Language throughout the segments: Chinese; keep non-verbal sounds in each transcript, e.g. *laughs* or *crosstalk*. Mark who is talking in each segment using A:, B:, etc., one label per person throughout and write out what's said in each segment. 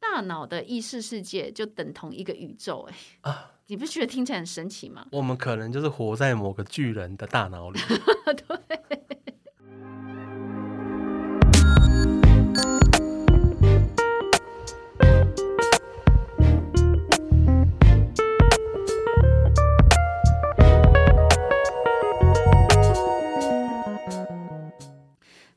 A: 大脑的意识世界就等同一个宇宙、欸，哎、啊，你不觉得听起来很神奇吗？
B: 我们可能就是活在某个巨人的大
A: *laughs*
B: 脑里。
A: 对。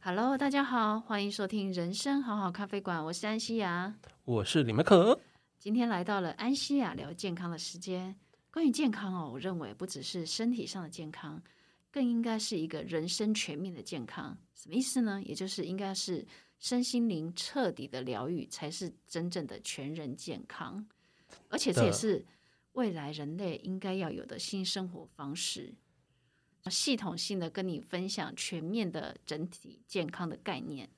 A: Hello，大家好，欢迎收听《人生好好咖啡馆》，我是安西亚，
B: 我是李麦克。
A: 今天来到了安西亚聊健康的时间。关于健康哦，我认为不只是身体上的健康，更应该是一个人生全面的健康。什么意思呢？也就是应该是身心灵彻底的疗愈，才是真正的全人健康。而且这也是未来人类应该要有的新生活方式。系统性的跟你分享全面的整体健康的概念。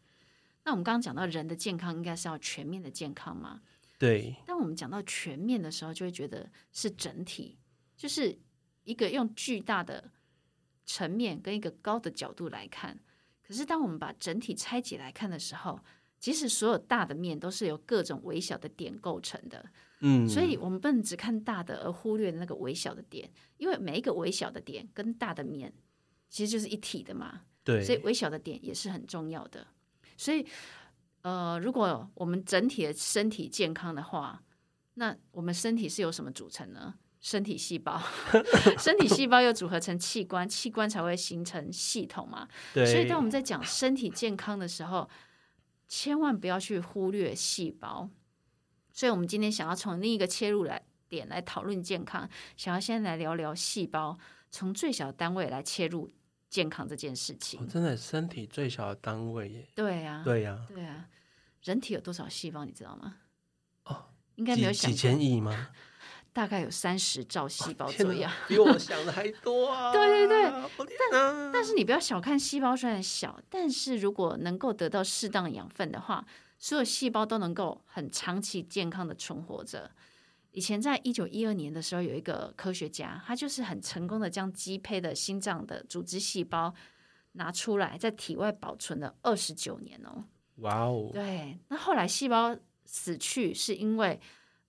A: 那我们刚刚讲到人的健康应该是要全面的健康嘛？
B: 对。
A: 当我们讲到全面的时候，就会觉得是整体，就是一个用巨大的层面跟一个高的角度来看。可是当我们把整体拆解来看的时候，其实所有大的面都是由各种微小的点构成的，
B: 嗯，
A: 所以我们不能只看大的而忽略那个微小的点，因为每一个微小的点跟大的面其实就是一体的嘛，
B: 对，
A: 所以微小的点也是很重要的。所以，呃，如果我们整体的身体健康的话，那我们身体是由什么组成呢？身体细胞， *laughs* 身体细胞又组合成器官，器官才会形成系统嘛。
B: 对，
A: 所以当我们在讲身体健康的时候，千万不要去忽略细胞，所以我们今天想要从另一个切入来点来讨论健康，想要先来聊聊细胞，从最小单位来切入健康这件事情。
B: 哦真的身体最小的单位耶。
A: 对呀、
B: 对呀、
A: 对啊，人体有多少细胞你知道吗？
B: 哦，
A: 应该没有
B: 几
A: 想
B: 几
A: 过
B: 千亿吗？
A: 大概有三十兆细胞
B: 天
A: 左
B: 哪
A: 右。
B: 比我想的还多啊！
A: *laughs* 对对对
B: 我天哪！
A: 但是你不要小看细胞，虽然小，但是如果能够得到适当的养分的话，所有细胞都能够很长期健康的存活着。以前在一九一二年的时候，有一个科学家，他就是很成功的将鸡胚的心脏的组织细胞拿出来，在体外保存了二十九年哦。
B: 哇哦，
A: 对，那后来细胞死去是因为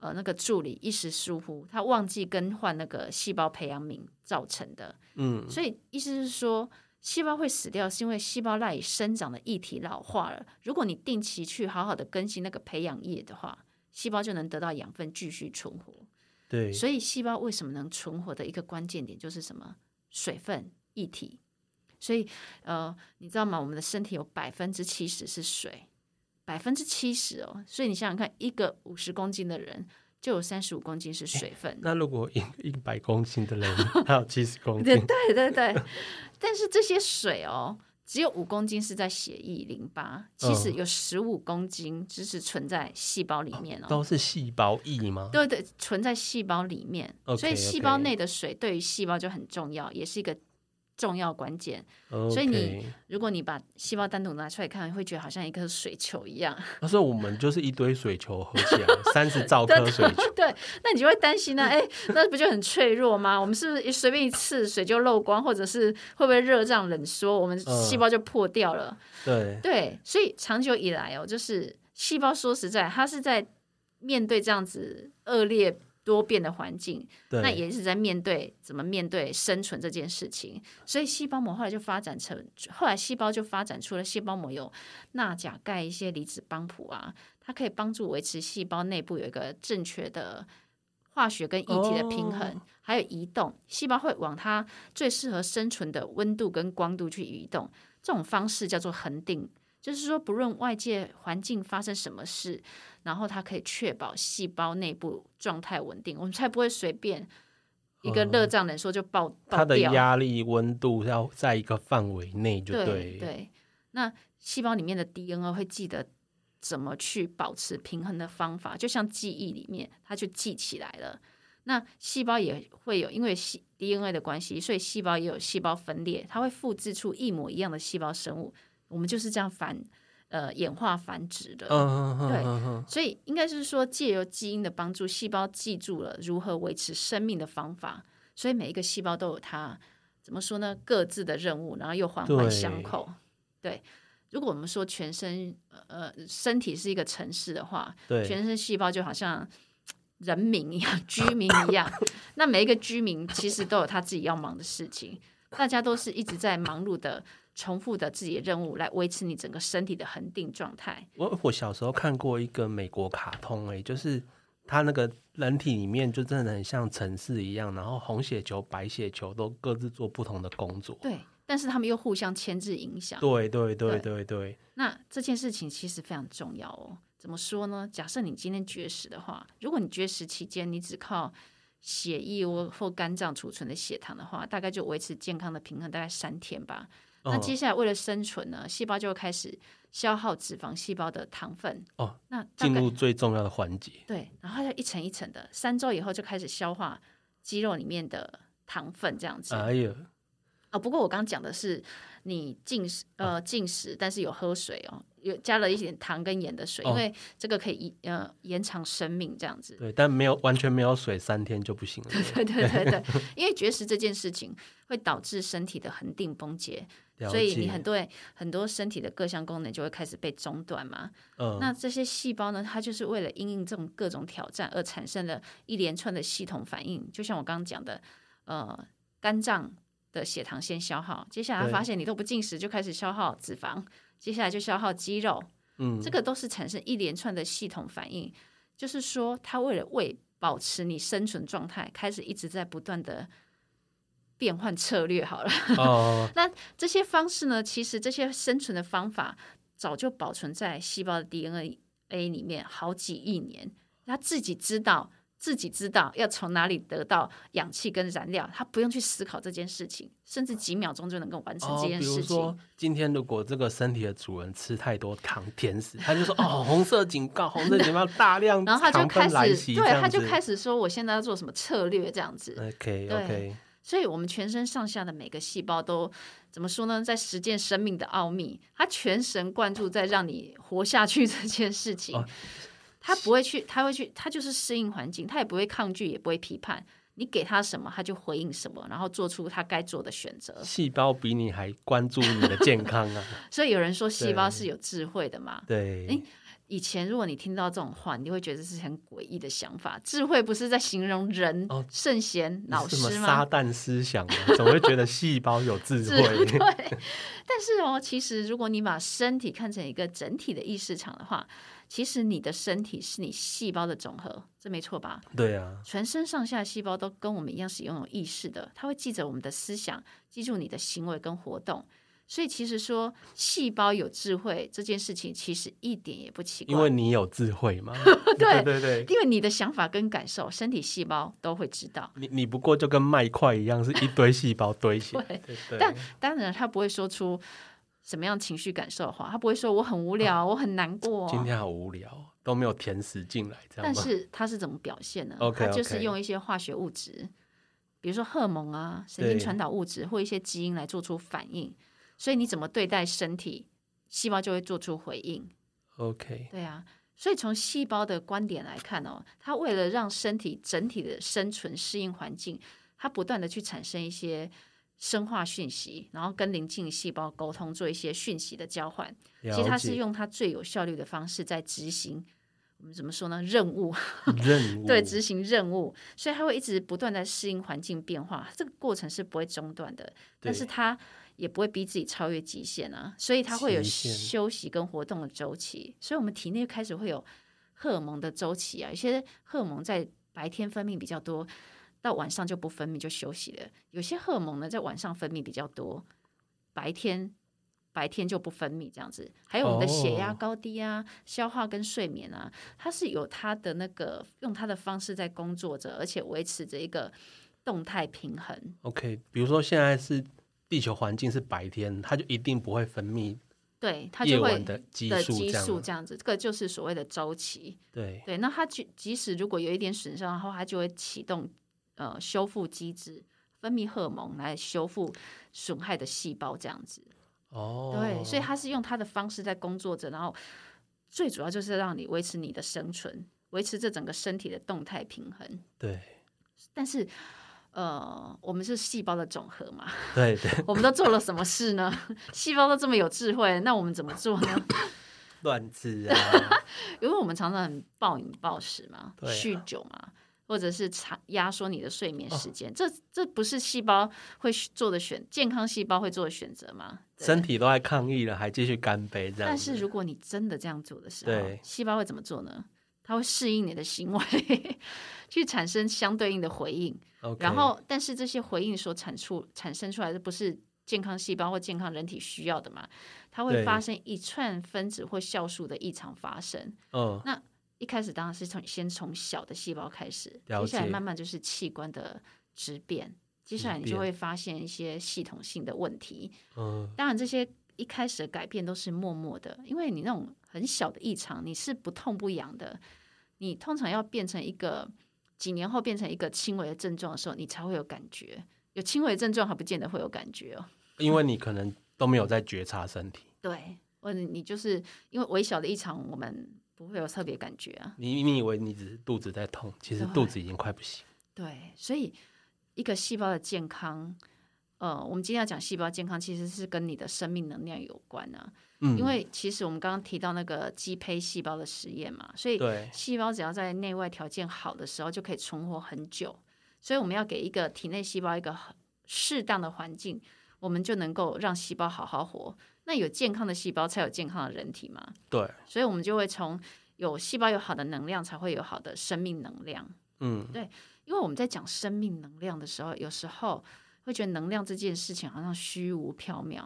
A: 呃那个助理一时疏忽，他忘记更换那个细胞培养皿造成的。
B: 嗯，
A: 所以意思是说，细胞会死掉，是因为细胞赖以生长的液体老化了。如果你定期去好好的更新那个培养液的话，细胞就能得到养分继续存活。
B: 对，
A: 所以细胞为什么能存活的一个关键点就是什么？水分、液体。所以呃，你知道吗？我们的身体有百分之七十是水，百分之七十哦。所以你想想看，一个五十公斤的人，就有三十五公斤是水分。
B: 那如果一一百公斤
A: *laughs*
B: 的人，还有七十公
A: 对
B: 斤，
A: 对对对，但是这些水哦，只有五公斤是在血液淋巴，其
B: 嗯
A: 实有十五公斤只是存在细胞里面哦。
B: *laughs* 都是细胞液吗？
A: 对对，存在细胞里面
B: OK，
A: 所以细胞内的水对于细胞就很重要，也是一个重要关键。所以你
B: OK，
A: 如果你把细胞单独拿出来看，会觉得好像一颗水球一样。 *laughs*
B: 那时候我们就是一堆水球合起来，三十兆颗水球，
A: 对，那你就会担心呢、啊，哎、那不就很脆弱吗？我们是不是一随便一次水就漏光，或者是会不会热胀冷缩，我们
B: 嗯
A: 细胞就破掉了？
B: 对，
A: 对，所以长久以来哦，就是细胞说实在，它是在面对这样子恶劣多变的环境，
B: 对，
A: 那也是在面对怎么面对生存这件事情。所以细胞膜后来就发展成，后来细胞就发展出了细胞膜有钠、钾、钙一些离子帮谱啊，它可以帮助维持细胞内部有一个正确的。化学跟液体的平衡
B: 哦
A: 还有移动，细胞会往它最适合生存的温度跟光度去移动。这种方式叫做恒定，就是说不论外界环境发生什么事，然后它可以确保细胞内部状态稳定，我们才不会随便一个热胀冷缩就爆、爆
B: 嗯它的
A: 掉。
B: 压力、温度要在一个范围内，就
A: 对对，那细胞里面的 DNA 会记得怎么去保持平衡的方法，就像记忆里面，它就记起来了。那细胞也会有，因为细 DNA 的关系，所以细胞也有细胞分裂，它会复制出一模一样的细胞生物。我们就是这样繁呃演化繁殖的。
B: 嗯嗯嗯
A: 对
B: 嗯嗯，
A: 所以应该是说，借由基因的帮助，细胞记住了如何维持生命的方法。所以每一个细胞都有它怎么说呢？各自的任务，然后又环环
B: 对
A: 相扣。对，如果我们说全身呃身体是一个城市的话，
B: 对，
A: 全身细胞就好像人民一样、居民一
B: *laughs*
A: 样。那每一个居民其实都有他自己要忙的事情，大家都是一直在忙碌的、重复的自己的任务，来维持你整个身体的恒定状态。
B: 我我小时候看过一个美国卡通、欸，就是它那个人体里面就真的很像城市一样，然后红血球、白血球都各自做不同的工作。
A: 对，但是他们又互相牵制影响。
B: 啊对对对
A: 啊对
B: 对对，
A: 那这件事情其实非常重要哦。怎么说呢？假设你今天绝食的话，如果你绝食期间你只靠血液或或肝脏储存的血糖的话，大概就维持健康的平衡大概三天吧。那
B: 嗯
A: 接下来为了生存呢，细胞就会开始消耗脂肪细胞的糖分。
B: 哦，
A: 那大
B: 进
A: 概
B: 入最重要的环节。
A: 对，然后它就一层一层的，三周以后就开始消化肌肉里面的糖分，这样子。
B: 哎呀，
A: 哦，不过我刚讲的是你进食
B: 哦
A: 呃进食，但是有喝水哦，有加了一点糖跟盐的水，
B: 哦
A: 因为这个可以一呃延长生命这样子。
B: 对，但没有完全没有水，三天就不行了。
A: 对对对对，因为绝食这件事情会导致身体的恒定崩解，
B: 了
A: 所以你
B: 解
A: 很多很多身体的各项功能就会开始被中断嘛。
B: 嗯，
A: 那这些细胞呢，它就是为了因应这种各种挑战而产生了一连串的系统反应。就像我刚刚讲的，呃，肝脏的血糖先消耗，接下来
B: 对
A: 发现你都不进食，就开始消耗脂肪，接下来就消耗肌肉， *laughs*
B: 嗯，
A: 这个都是产生一连串的系统反应。就是说，它为了为保持你生存状态，开始一直在不断的变换策略。好了。
B: 哦，
A: 这些方式呢，其实这些生存的方法早就保存在细胞的 DNA 里面好几亿年，它自己知道。自己知道要从哪里得到氧气跟燃料，它不用去思考这件事情，甚至几秒钟就能够完成
B: 哦，
A: 这件
B: 比如
A: 事情。
B: 说今天如果这个身体的主人吃太多糖甜食，他就说哦，红色警告，红色警告，大量
A: 然后他就
B: 糖
A: 开
B: 分来
A: 始，
B: 袭，
A: 对，他就开
B: 始。
A: 始说我现在要做什么策略这样子。
B: OK
A: 对
B: OK，
A: 所以，我们全身上下的每个细胞都怎么说呢？在实践生命的奥秘，它全神贯注在让你活下去这件事情
B: 哦。
A: 它不会去，它会去，它就是适应环境，它也不会抗拒，也不会批判。你给它什么，它就回应什么，然后做出它该做的选择。
B: 细胞比你还关注你的健康
A: *laughs*
B: 啊！
A: 所以有人说细胞
B: 对
A: 是有智慧的嘛？
B: 对
A: 诶，以前如果你听到这种话，你就会觉得这是很诡异的想法。智慧不是在形容人、
B: 哦
A: 圣贤、老
B: 是什么
A: 师吗？
B: 撒旦思想啊，总会觉得细胞有
A: *laughs*
B: 智
A: 智
B: 慧。
A: 但是哦，其实如果你把身体看成一个整体的意识场的话，其实你的身体是你细胞的总和，这没错吧？
B: 对啊，
A: 全身上下细胞都跟我们一样是拥有意识的，它会记着我们的思想，记住你的行为跟活动。所以其实说细胞有智慧这件事情，其实一点也不奇怪，
B: 因为你有智慧嘛。
A: *laughs* 对
B: 对对，
A: 因为你的想法跟感受，身体细胞都会知道。
B: 你你不过就跟麦块一样，是一堆细胞堆起来。
A: 对
B: 对对
A: 但当然，他不会说出什么样情绪感受的话，他不会说我很无聊，我很难过。
B: 今天好无聊，都没有甜食进来，这样
A: 但
B: 吗？
A: 是它是怎么表现呢
B: OK，
A: 它就是
B: OK
A: 用一些化学物质，比如说荷尔蒙啊、神经
B: 对
A: 传导物质或一些基因来做出反应。所以你怎么对待身体，细胞就会做出回应。
B: OK，
A: 对啊，所以从细胞的观点来看哦，它为了让身体整体的生存适应环境，它不断的去产生一些生化讯息，然后跟邻近细胞沟通，做一些讯息的交换。其实它
B: 了
A: 是
B: 解
A: 用它最有效率的方式在执行。我们怎么说呢？任务，
B: 任务
A: *laughs* 对，执行任务，所以它会一直不断在适应环境变化，这个过程是不会中断的。但是
B: 对
A: 它也不会逼自己超越极限啊，所以它会有
B: 极限
A: 休息跟活动的周期。所以我们体内开始会有荷尔蒙的周期啊，有些荷尔蒙在白天分泌比较多，到晚上就不分泌就休息了；有些荷尔蒙呢在晚上分泌比较多，白天。白天就不分泌这样子，还有我们的血压
B: 哦
A: 高低啊、消化跟睡眠啊，它是有它的那个用它的方式在工作着，而且维持着一个动态平衡。
B: OK，比如说现在是地球环境是白天，它就一定不会分泌
A: 对，它
B: 夜
A: 就会
B: 晚的激
A: 的
B: 素
A: 激
B: 这样啊
A: 素
B: 吗。
A: 这样子，这个就是所谓的周期。
B: 对，
A: 对，那它即即使如果有一点损伤的话，它就会启动呃修复机制，分泌荷尔蒙来修复损害的细胞这样子。
B: 哦，
A: 对，所以它是用它的方式在工作着，然后最主要就是让你维持你的生存，维持这整个身体的动态平衡。
B: 对
A: 但是，呃，我们是细胞的总和嘛， *laughs*
B: 对对， *laughs*
A: 我们都做了什么事呢？ *laughs* 细胞都这么有智慧，那我们怎么做呢？ *laughs*
B: 乱吃啊，
A: 因为我们常常很暴饮暴食嘛，
B: 对啊
A: 酗酒嘛，或者是长压缩你的睡眠
B: 哦
A: 时间，这这不是细胞会做的选，健康细胞会做的选择吗？对
B: 身体都在抗议了，还继续干杯这样子。
A: 但是如果你真的这样做的时候
B: 对，
A: 细胞会怎么做呢？它会适应你的行为， *laughs* 去产生相对应的回应。
B: OK，
A: 然后，但是这些回应所产出产生出来的不是健康细胞或健康人体需要的嘛？它会
B: 对
A: 发生一串分子或酵素的异常发生。
B: 嗯，
A: 一开始当然是从先从小的细胞开始，
B: 了
A: 接下来
B: 解
A: 慢慢就是器官的质变，接下来你
B: 质
A: 就会
B: 变
A: 发现一些系统性的问题。
B: 嗯，
A: 当然，这些一开始的改变都是默默的，因为你那种很小的异常，你是不痛不痒的。你通常要变成一个几年后变成一个轻微的症状的时候，你才会有感觉。有轻微的症状还不见得会有感觉哦。
B: 因为你可能都没有在觉察身体，
A: 对，或者你就是因为微小的异常，我们不会有特别感觉啊。
B: 你你以为你只是肚子在痛，其实
A: 对
B: 肚子已经快不行。
A: 对，所以一个细胞的健康，呃，我们今天要讲细胞健康，其实是跟你的生命能量有关啊。
B: 嗯，
A: 因为其实我们刚刚提到那个肌胚细胞的实验嘛，所以
B: 对
A: 细胞只要在内外条件好的时候，就可以存活很久。所以我们要给一个体内细胞一个很适当的环境，我们就能够让细胞好好活。那有健康的细胞，才有健康的人体嘛。
B: 对，
A: 所以我们就会从有细胞有好的能量，才会有好的生命能量。
B: 嗯，
A: 因为我们在讲生命能量的时候，有时候会觉得能量这件事情好像虚无缥缈。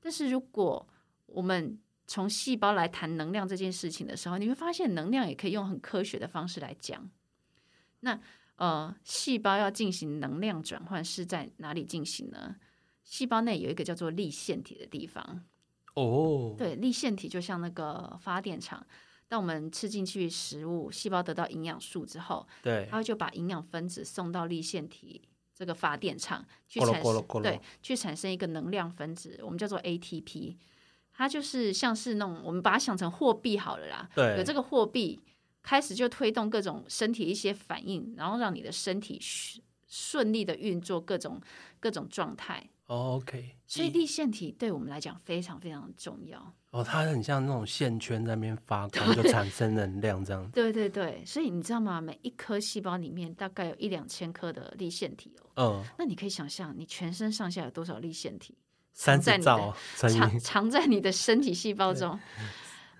A: 但是如果我们从细胞来谈能量这件事情的时候，你会发现能量也可以用很科学的方式来讲。那呃，细胞要进行能量转换是在哪里进行呢？细胞内有一个叫做立腺体的地方，
B: 哦，
A: 对，立腺体就像那个发电厂。当我们吃进去食物，细胞得到营养素之后，
B: 对，
A: 它就把营养分子送到立腺体这个发电厂去
B: 咕噜
A: 产
B: 咕噜
A: 生
B: 咕噜
A: 对，去产生一个能量分子，我们叫做 ATP。它就是像是那种我们把它想成货币好了啦，
B: 对
A: 有这个货币开始就推动各种身体一些反应，然后让你的身体顺顺利的运作各种各种状态。
B: 哦，OK，
A: 所以立腺体对我们来讲非常非常重要。
B: 哦，它很像那种线圈在那边发光，就产生能量这 *laughs* 样。
A: 对对对，所以你知道吗？每一颗细胞里面大概有一两千颗的立腺体哦。
B: 嗯，
A: 那你可以想象，你全身上下有多少立腺体
B: 三
A: 在
B: 十
A: 你的
B: 兆乘
A: 藏
B: 以
A: 藏在你的身体细胞
B: *laughs*
A: 中？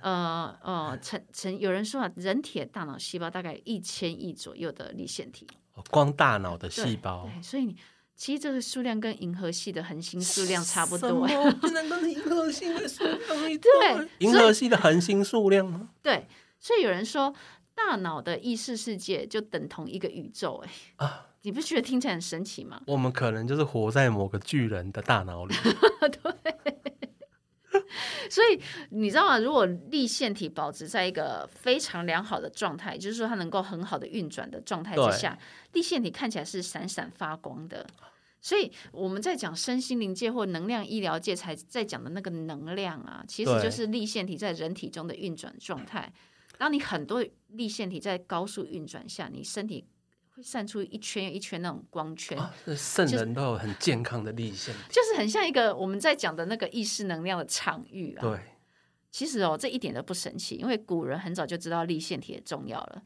A: 呃呃，成成有人说啊，人体的大脑细胞大概一千亿左右的立腺体
B: 哦光大脑的
A: 对
B: 细胞，
A: 对，所以你其实这个数量跟银河系的恒星数量差不多。
B: 什么竟然跟银河系的数量一啊
A: 对
B: 银河系的恒星数量吗？
A: *laughs* 对，所以有人说，大脑的意识世界就等同一个宇宙、哎，
B: 啊，
A: 你不觉得听起来很神奇吗？
B: 我们可能就是活在某个巨人的大 *laughs* 脑里。
A: 所以你知道吗？如果立腺体保持在一个非常良好的状态，就是说它能够很好的运转的状态之
B: 对
A: 下，立腺体看起来是闪闪发光的。所以我们在讲身心灵界或能量医疗界才在讲的那个能量啊，其实
B: 对
A: 就是立腺体在人体中的运转状态。当你很多立腺体在高速运转下，你身体会散出一圈又一圈那种光圈，
B: 啊，这圣
A: 就是
B: 人都有很健康的立腺体。
A: 就是很像一个我们在讲的那个意识能量的场域啊。
B: 对，
A: 其实哦，这一点都不神奇，因为古人很早就知道立腺体的重要了。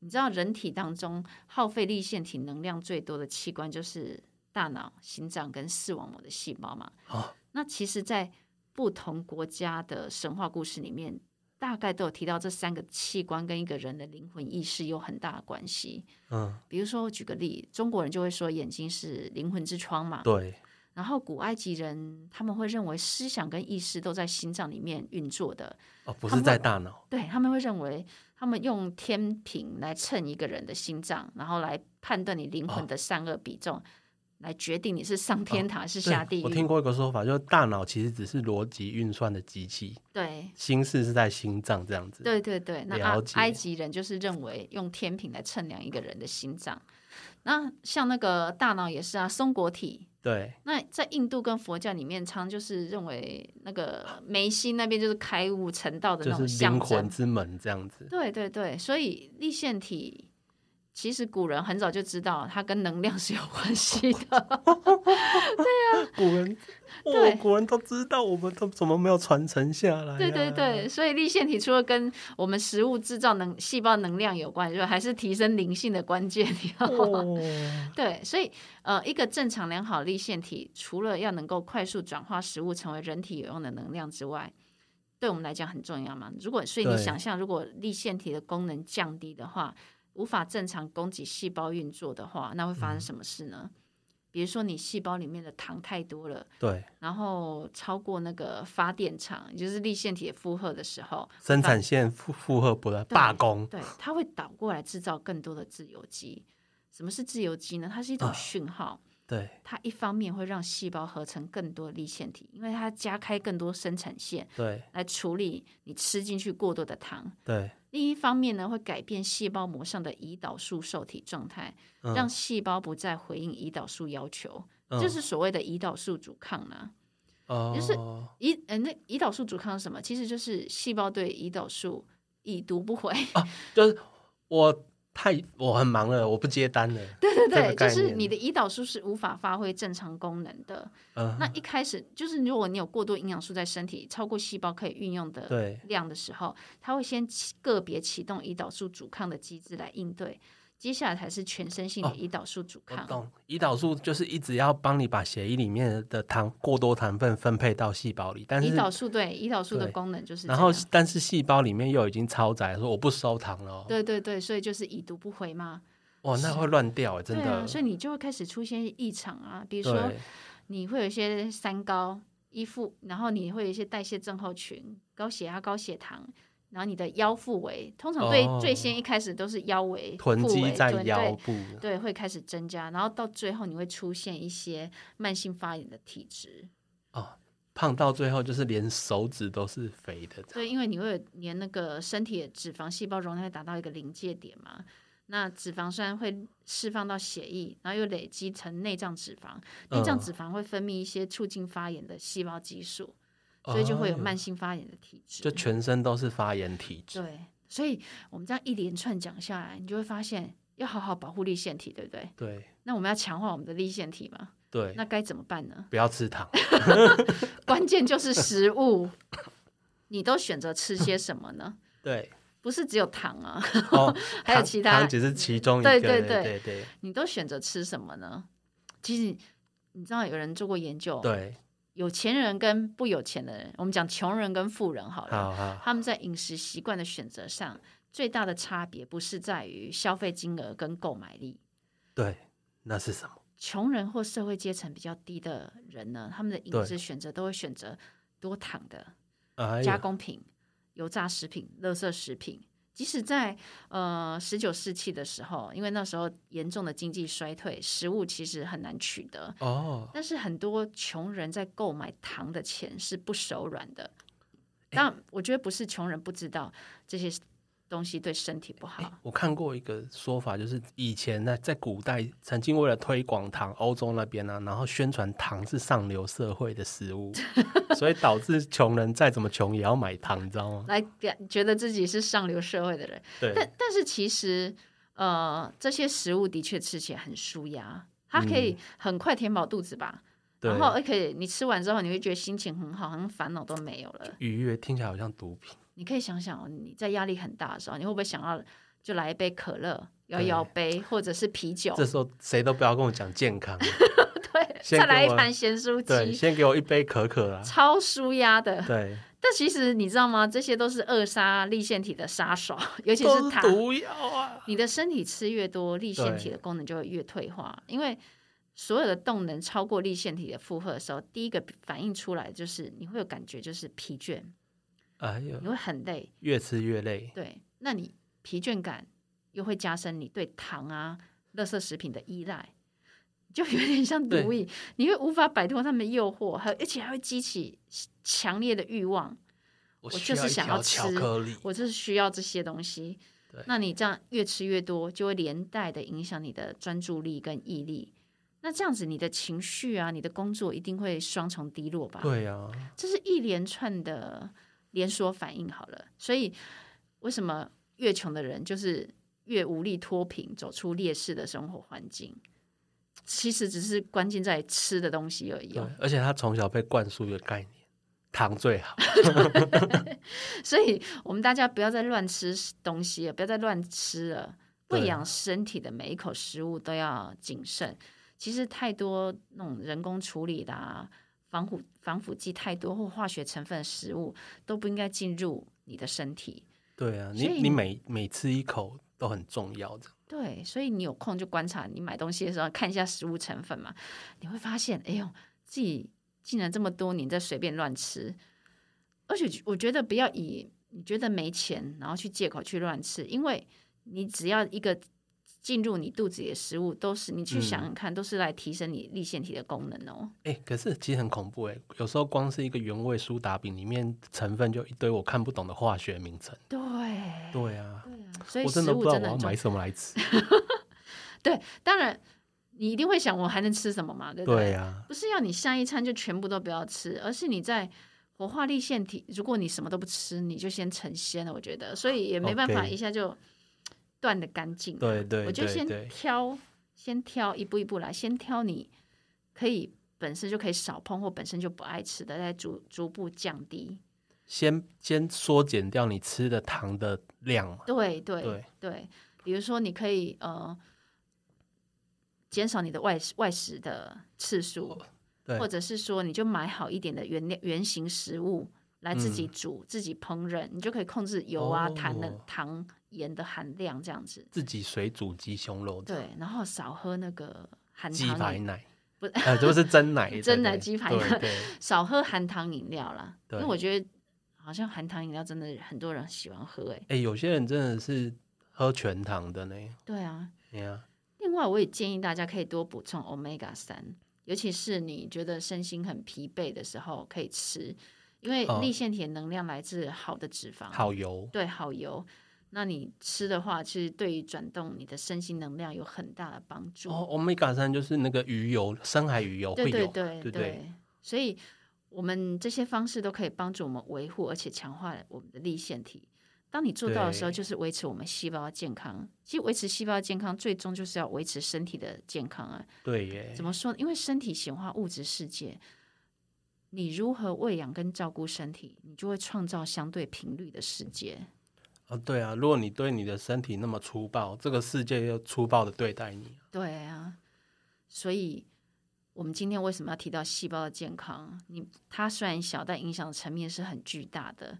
A: 你知道，人体当中耗费立腺体能量最多的器官就是大脑、心脏跟视网膜的细胞嘛？
B: 好，
A: 那其实，在不同国家的神话故事里面，大概都有提到这三个器官跟一个人的灵魂意识有很大的关系。
B: 嗯，
A: 比如说，我举个例，中国人就会说眼睛是灵魂之窗嘛，
B: 对，
A: 然后古埃及人他们会认为思想跟意识都在心脏里面运作的，
B: 哦，不是在大脑，
A: 对他们会认为，他们用天平来称一个人的心脏，然后来判断你灵魂
B: 哦
A: 的善恶比重，来决定你是上天堂还是
B: 对
A: 下地
B: 我
A: 狱。
B: 听过一个说法，就是大脑其实只是逻辑运算的机器，
A: 对
B: 心事是在心脏这样子。
A: 对对对，那
B: 了
A: 埃
B: 解
A: 埃及人就是认为用天平来称量一个人的心脏。那像那个大脑也是啊，松果体。
B: 对
A: 那在印度跟佛教里面，常就是认为那个眉心那边就是开悟成道的那
B: 就
A: 种
B: 是
A: 象
B: 灵
A: 征
B: 魂。之门这样子。
A: 对对对，所以立腺体其实古人很早就知道它跟能量是有关系的。
B: *laughs* 古
A: *laughs*
B: 人，
A: 对
B: 哦，古人都知道，我们都怎么没有传承下来、啊
A: 对对对，，所以立腺体除了跟我们食物制造能细胞能量有关，就还是提升灵性的关键。你知道吗？*laughs*
B: *laughs* 哦，
A: 对，所以呃，一个正常良好立腺体，除了要能够快速转化食物成为人体有用的能量之外，对我们来讲很重要嘛。如果所以你
B: 对
A: 想象，如果立腺体的功能降低的话，无法正常供给细胞运作的话，那会发
B: 嗯
A: 生什么事呢？比如说你细胞里面的糖太多了，
B: 对，
A: 然后超过那个发电厂，也就是立腺体的负荷的时候，
B: 生产线负负荷不来，
A: 对
B: 罢工，
A: 对，它会倒过来制造更多的自由基。什么是自由基呢？它是一种
B: 啊
A: 讯号。
B: 对，
A: 它一方面会让细胞合成更多立腺体，因为它加开更多生产线
B: 对，
A: 来处理你吃进去过多的糖；
B: 对，
A: 另一方面呢，会改变细胞膜上的胰岛素受体状态，
B: 嗯
A: 让细胞不再回应胰岛素要求，
B: 嗯
A: 就是所谓的胰岛素阻抗啦、
B: 哦，
A: 就是胰呃，那胰岛素阻抗是什么？其实就是细胞对胰岛素已读不回。
B: 哦就是我太我很忙了，我不接单了，
A: *laughs* 对对
B: 这个
A: 对，就
B: 概
A: 是
B: 念
A: 你的胰岛素是无法发挥正常功能的。
B: 嗯，
A: 那一开始就是，如果你有过多营养素在身体超过细胞可以运用的
B: 对，
A: 量的时候，它会先启个别启动胰岛素阻抗的机制来应对，接下来才是全身性的
B: 哦
A: 胰岛素阻
B: 我
A: 抗。
B: 懂，胰岛素就是一直要帮你把血液里面的糖过多糖分分配到细胞里，但
A: 胰
B: 是
A: 岛素对胰岛素的
B: 对
A: 功能就是这
B: 然
A: 样，
B: 后但是细胞里面又已经超载，说我不收糖了哦，
A: 对对对，所以就是已读不回嘛，
B: 哇，那会乱掉哎，真
A: 对
B: 的，
A: 啊，所以你就会开始出现异常啊，比如说
B: 对
A: 你会有一些三高、依附，然后你会有一些代谢症候群、高血压、高血糖，然后你的腰腹围，通常最、
B: 哦
A: 最先一开始都是腰围、
B: 囤
A: 腹
B: 积
A: 围
B: 在
A: 对
B: 腰部，
A: 对对，会开始增加，然后到最后你会出现一些慢性发炎的体质，
B: 胖到最后就是连手指都是肥的，
A: 对，因为你会连那个身体的脂肪细胞容量会达到一个临界点嘛。那脂肪虽然会释放到血液，然后又累积成内脏脂肪，内脏
B: 嗯
A: 脂肪会分泌一些促进发炎的细胞激素，所以就会有
B: 哦
A: 慢性发炎的体质。
B: 就全身都是发炎体质。
A: 对，所以我们这样一连串讲下来，你就会发现要好好保护立腺体，对不对？
B: 对
A: 那我们要强化我们的立腺体嘛？
B: 对，
A: 那该怎么办呢？
B: 不要吃糖。
A: 关键就是食物，你都选择吃些什么呢？ *laughs*
B: 对，
A: 不是只有糖啊，
B: 哦，
A: 还有
B: 糖
A: 其他
B: 糖只是其中一个。
A: 对
B: 对
A: 对对
B: 对对
A: 你都选择吃什么呢？其实你知道有人做过研究，
B: 对，
A: 有钱人跟不有钱的人，我们讲穷人跟富人好了，
B: 好好
A: 他们在饮食习惯的选择上，最大的差别不是在于消费金额跟购买力，
B: 对，那是什么？
A: 穷人或社会阶层比较低的人呢，他们的饮
B: 对
A: 食选择都会选择多糖的
B: 哎
A: 加
B: 呀，
A: 工品、油炸食品、垃圾食品。即使在呃十九世纪的时候，因为那时候严重的经济衰退，食物其实很难取得，
B: 哦，
A: 但是很多穷人在购买糖的钱是不手软的。
B: 哎
A: 但我觉得不是穷人不知道这些东西对身体不好，
B: 我看过一个说法，就是以前呢，在古代曾经为了推广糖，欧洲那边呢、啊，然后宣传糖是上流社会的
A: *laughs*
B: 食物，所以导致穷人再怎么穷也要买糖，你知道吗？
A: 来感觉得自己是上流社会的人。但
B: 对，
A: 但是其实，呃，这些食物的确吃起来很舒压，它
B: 嗯
A: 可以很快填饱肚子吧。
B: 对
A: 然后，而且你吃完之后，你会觉得心情很好，好像烦恼都没有了。
B: 愉悦听起来好像毒品，
A: 你可以想想哦，你在压力很大的时候，你会不会想要就来一杯可乐、摇摇杯，或者是啤酒，
B: 这时候谁都不要跟我讲健康，
A: *laughs* 对，
B: 先
A: 再来一
B: 给我
A: 盘咸酥
B: 对，
A: 鸡，
B: 先给我一杯可可啦，
A: 超舒压的。
B: 对，
A: 但其实你知道吗？这些都是扼杀立腺体的杀手，尤其
B: 都
A: 糖
B: 是。毒药啊，
A: 你的身体吃越多，立腺体
B: 对
A: 的功能就会越退化，因为所有的动能超过立腺体的负荷的时候，第一个反应出来就是你会有感觉就是疲倦，
B: 哎呦
A: 你，会很累，
B: 越吃越累，
A: 对，那你疲倦感又会加深你对糖啊、垃圾食品的依赖。就有点像毒
B: 对
A: 瘾，你会无法摆脱他们的诱惑，还有而且还会激起强烈的欲望。
B: 我
A: 我
B: 需
A: 就是
B: 一
A: 想
B: 条
A: 要
B: 巧
A: 吃
B: 克力，
A: 我就是需要这些东西
B: 对。
A: 那你这样越吃越多，就会连带的影响你的专注力跟毅力。那这样子，你的情绪啊，你的工作一定会双重低落吧？
B: 对啊，
A: 这是一连串的连锁反应。好了，所以为什么越穷的人就是越无力脱贫，走出劣势的生活环境。其实只是关键在吃的东西而已、
B: 对
A: 哦，，
B: 而且他从小被灌输一个概念，糖最好。
A: 所以我们大家不要再乱吃东西了，不要再乱吃了。
B: 对
A: 喂养身体的每一口食物都要谨慎。其实太多那种人工处理的、啊、防腐防腐剂太多或化学成分的食物都不应该进入你的身体。
B: 对啊，你
A: 所以
B: 你
A: 你
B: 每每吃一口都很重要的。
A: 对，所以你有空就观察，你买东西的时候看一下食物成分嘛，你会发现，哎呦，自己竟然这么多年在随便乱吃，而且我觉得不要以你觉得没钱，然后去借口去乱吃，因为你只要一个进入你肚子里的食物，都是你去
B: 嗯
A: 想想看，都是来提升你立腺体的功能哦。
B: 哎、可是其实很恐怖哎、有时候光是一个原味苏打饼里面成分就一堆我看不懂的化学名称。
A: 对，对
B: 对啊，
A: 啊，所以
B: 我真
A: 食
B: 的不
A: 物
B: 知道
A: 真
B: 我
A: 的
B: 要
A: 很重
B: 买
A: 要。
B: 什么
A: *laughs*
B: 来吃。
A: 对，当然你一定会想，我还能吃什么嘛？对不
B: 对啊，
A: 不是要你下一餐就全部都不要吃，而是你在活化立腺体。如果你什么都不吃，你就先成仙了。我觉得，所以也没办法
B: OK
A: 一下就断的干净。
B: 对对
A: 我就
B: 对
A: 先
B: 对，
A: 挑，先挑一步一步来，先挑你可以本身就可以少碰或本身就不爱吃的，再逐逐步降低。
B: 先先缩减掉你吃的糖的量嘛。
A: 对对
B: 对
A: 比如说你可以呃减少你的外食外食的次数。
B: 哦对
A: 或者是说你就买好一点的原料原型食物来自己煮、自己烹饪，你就可以控制油啊、
B: 嗯哦
A: 糖的糖盐的含量这样子。
B: 自己水煮鸡胸肉的
A: 对，然后少喝那个含
B: 鸡
A: 糖
B: 排
A: 饮，
B: 奶，
A: *laughs* 不是
B: 呃，就是
A: *laughs*
B: 真奶对，
A: 真奶
B: 对
A: 鸡排
B: 对
A: 奶
B: 对，
A: 少喝含糖饮料啦。因
B: 对
A: 为我觉得好像含糖饮料真的很多人喜欢喝、欸，哎，
B: 哎、有些人真的是喝全糖的呢。
A: 对啊。
B: 哎呀、
A: 另外，我也建议大家可以多补充 omega 三，尤其是你觉得身心很疲惫的时候可以吃，因为
B: 哦
A: 立腺体的能量来自好的脂肪。
B: 好油，
A: 对好油，那你吃的话，其实对于转动你的身心能量有很大的帮助。
B: 哦，omega 三就是那个鱼油，深海鱼油会
A: 对
B: 有，
A: 对
B: 对
A: 对
B: 不
A: 所以我们这些方式都可以帮助我们维护而且强化我们的立腺体。当你做到的时候，
B: 对
A: 就是维持我们细胞的健康。其实维持细胞的健康，最终就是要维持身体的健康啊。
B: 对耶
A: 怎，么说呢？因为身体显化物质世界，你如何喂养跟照顾身体，你就会创造相对频率的世界。
B: 啊，对啊，如果你对你的身体那么粗暴，这个世界又粗暴的对待你，
A: 对啊，所以我们今天为什么要提到细胞的健康？你它虽然小，但影响的层面是很巨大的，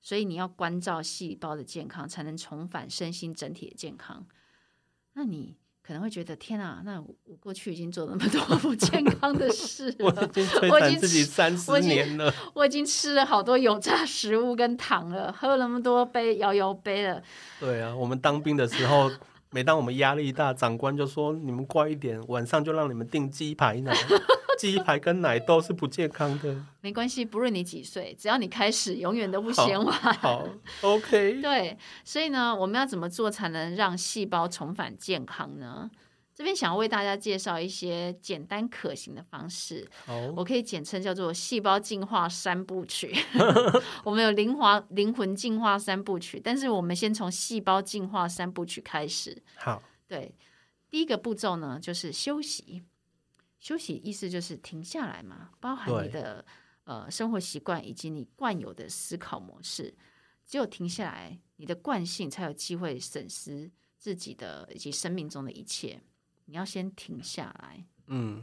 A: 所以你要关照细胞的健康，才能重返身心整体的健康。那你可能会觉得，天啊，那我我过去已经做了那么多 *laughs* 不健康的事
B: *laughs* 我
A: 了
B: 已经摧
A: 啊 *laughs* 我已
B: 残
A: 经
B: 自
A: 吃
B: 己三
A: 我
B: 十
A: 已经 *laughs*
B: 年了，
A: 我已经吃了好多油炸食物跟糖了，喝了那么多杯摇摇杯了，
B: 对啊，我们当兵的时候。每当我们压力大，长官就说：“你们乖一点，晚上就让你们订鸡排奶， *laughs* 鸡排跟奶都是不健康的。
A: 没关系，不论你几岁，只要你开始，永远都不
B: 好
A: 嫌晚。”
B: 好
A: *laughs*
B: ，OK，
A: 对，所以呢，我们要怎么做才能让细胞重返健康呢？这边想要为大家介绍一些简单可行的方式，
B: 好，
A: 我可以简称叫做“细胞进化三部曲” 。我们有灵华灵魂进化三部曲，但是我们先从细胞进化三部曲开始。
B: 好，
A: 对，第一个步骤呢，就是休息。休息意思就是停下来嘛，包含你
B: 对
A: 的呃生活习惯以及你惯有的思考模式。只有停下来，你的惯性才有机会审视自己的以及生命中的一切。你要先停下来，
B: 嗯，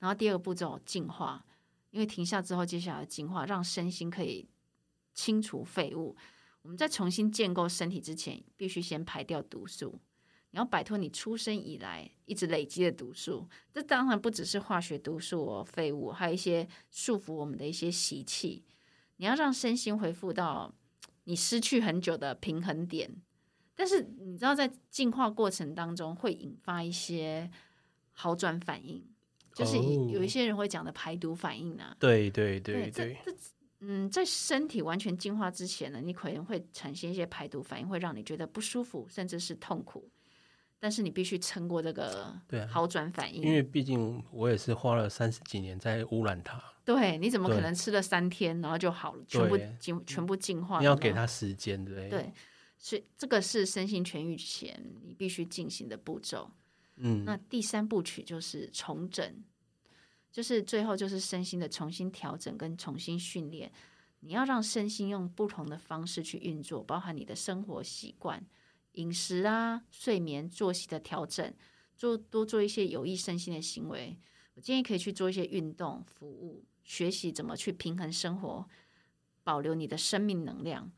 A: 然后第二个步骤净化，因为停下之后，接下来净化，让身心可以清除废物。我们在重新建构身体之前，必须先排掉毒素。你要摆脱你出生以来一直累积的毒素，这当然不只是化学毒素哦、废物，还有一些束缚我们的一些习气。你要让身心恢复到你失去很久的平衡点。但是你知道，在进化过程当中会引发一些好转反应，就是
B: 哦
A: 有一些人会讲的排毒反应啊。
B: 对对对
A: 这
B: 对，
A: 这嗯，在身体完全进化之前呢，你可能会产生一些排毒反应，会让你觉得不舒服，甚至是痛苦。但是你必须撑过这个
B: 对啊
A: 好转反应，
B: 因为毕竟我也是花了三十几年在污染它，
A: 对，你怎么可
B: 对
A: 能吃了三天然后就好了，全部
B: 对
A: 进全部进化？
B: 你要
A: 有没
B: 给
A: 有
B: 它时间，对不对？
A: 对。所以这个是身心痊愈前你必须进行的步骤。
B: 嗯，
A: 那第三部曲就是重整，就是最后就是身心的重新调整跟重新训练。你要让身心用不同的方式去运作，包含你的生活习惯、饮食啊、睡眠、作息的调整，做多做一些有益身心的行为。我建议可以去做一些运动、服务、学习怎么去平衡生活，保留你的生命能量。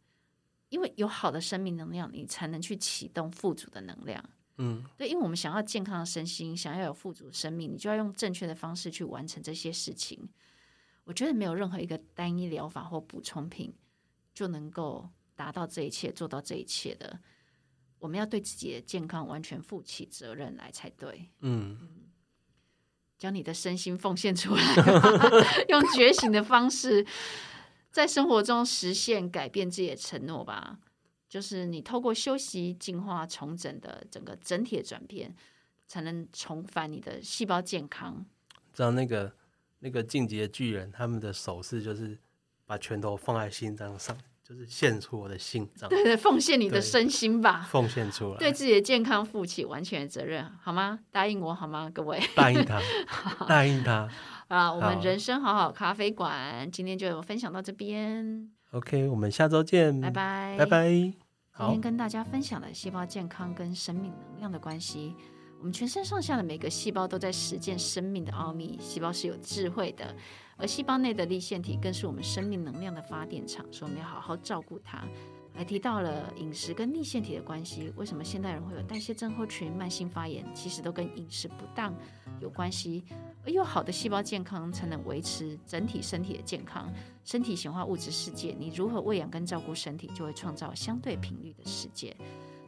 A: 因为有好的生命能量，你才能去启动富足的能量。
B: 嗯，
A: 对，因为我们想要健康的身心，想要有富足的生命，你就要用正确的方式去完成这些事情。我觉得没有任何一个单一疗法或补充品就能够达到这一切、做到这一切的。我们要对自己的健康完全负起责任来才对，
B: 嗯，
A: 将你的身心奉献出来， *laughs* 用觉醒的方式，在生活中实现改变自己的承诺吧。就是你透过休息、进化、重整的整个整体的转变，才能重返你的细胞健康。 *laughs*
B: 知道那个那个进击的巨人，他们的手势就是把拳头放在心脏上，就是献出我的心脏，
A: 对对，奉献你的
B: 对
A: 身心吧。
B: 奉献出来，
A: 对自己的健康负起完全的责任，好吗？答应我好吗，各位？
B: 答应
A: *laughs*
B: 他，答应他。
A: 啊，我们
B: 好
A: 人生好好咖啡馆今天就分享到这边，
B: OK，我们下周见，
A: 拜，拜，
B: 拜。拜。
A: 今
B: 好
A: 天，跟大家分享了细胞健康跟生命能量的关系。我们全身上下的每个细胞都在实践生命的奥秘，细胞是有智慧的，而细胞内的立腺体更是我们生命能量的发电厂，所以我们要好好照顾它。还提到了饮食跟立腺体的关系，为什么现代人会有代谢症候群、慢性发炎，其实都跟饮食不当有关系。而有好的细胞健康，才能维持整体身体的健康。身体显化物质世界，你如何喂养跟照顾身体，就会创造相对频率的世界。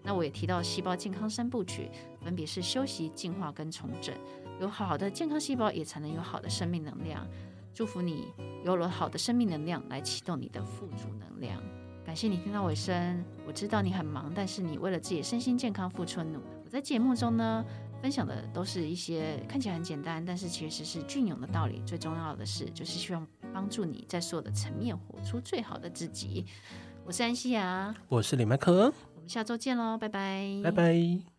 A: 那我也提到细胞健康三部曲，分别是休息、进化跟重整。有好的健康细胞，也才能有好的生命能量。祝福你有了好的生命能量，来启动你的富足能量。感谢你听到尾声，我知道你很忙，但是你为了自己的身心健康付出了努力。我在节目中呢，分享的都是一些看起来很简单，但是其实是隽永的道理。最重要的是，就是希望帮助你在所有的层面活出最好的自己。我是安西亚，
B: 我是李麦克，
A: 我们下周见喽，拜拜，
B: 拜拜。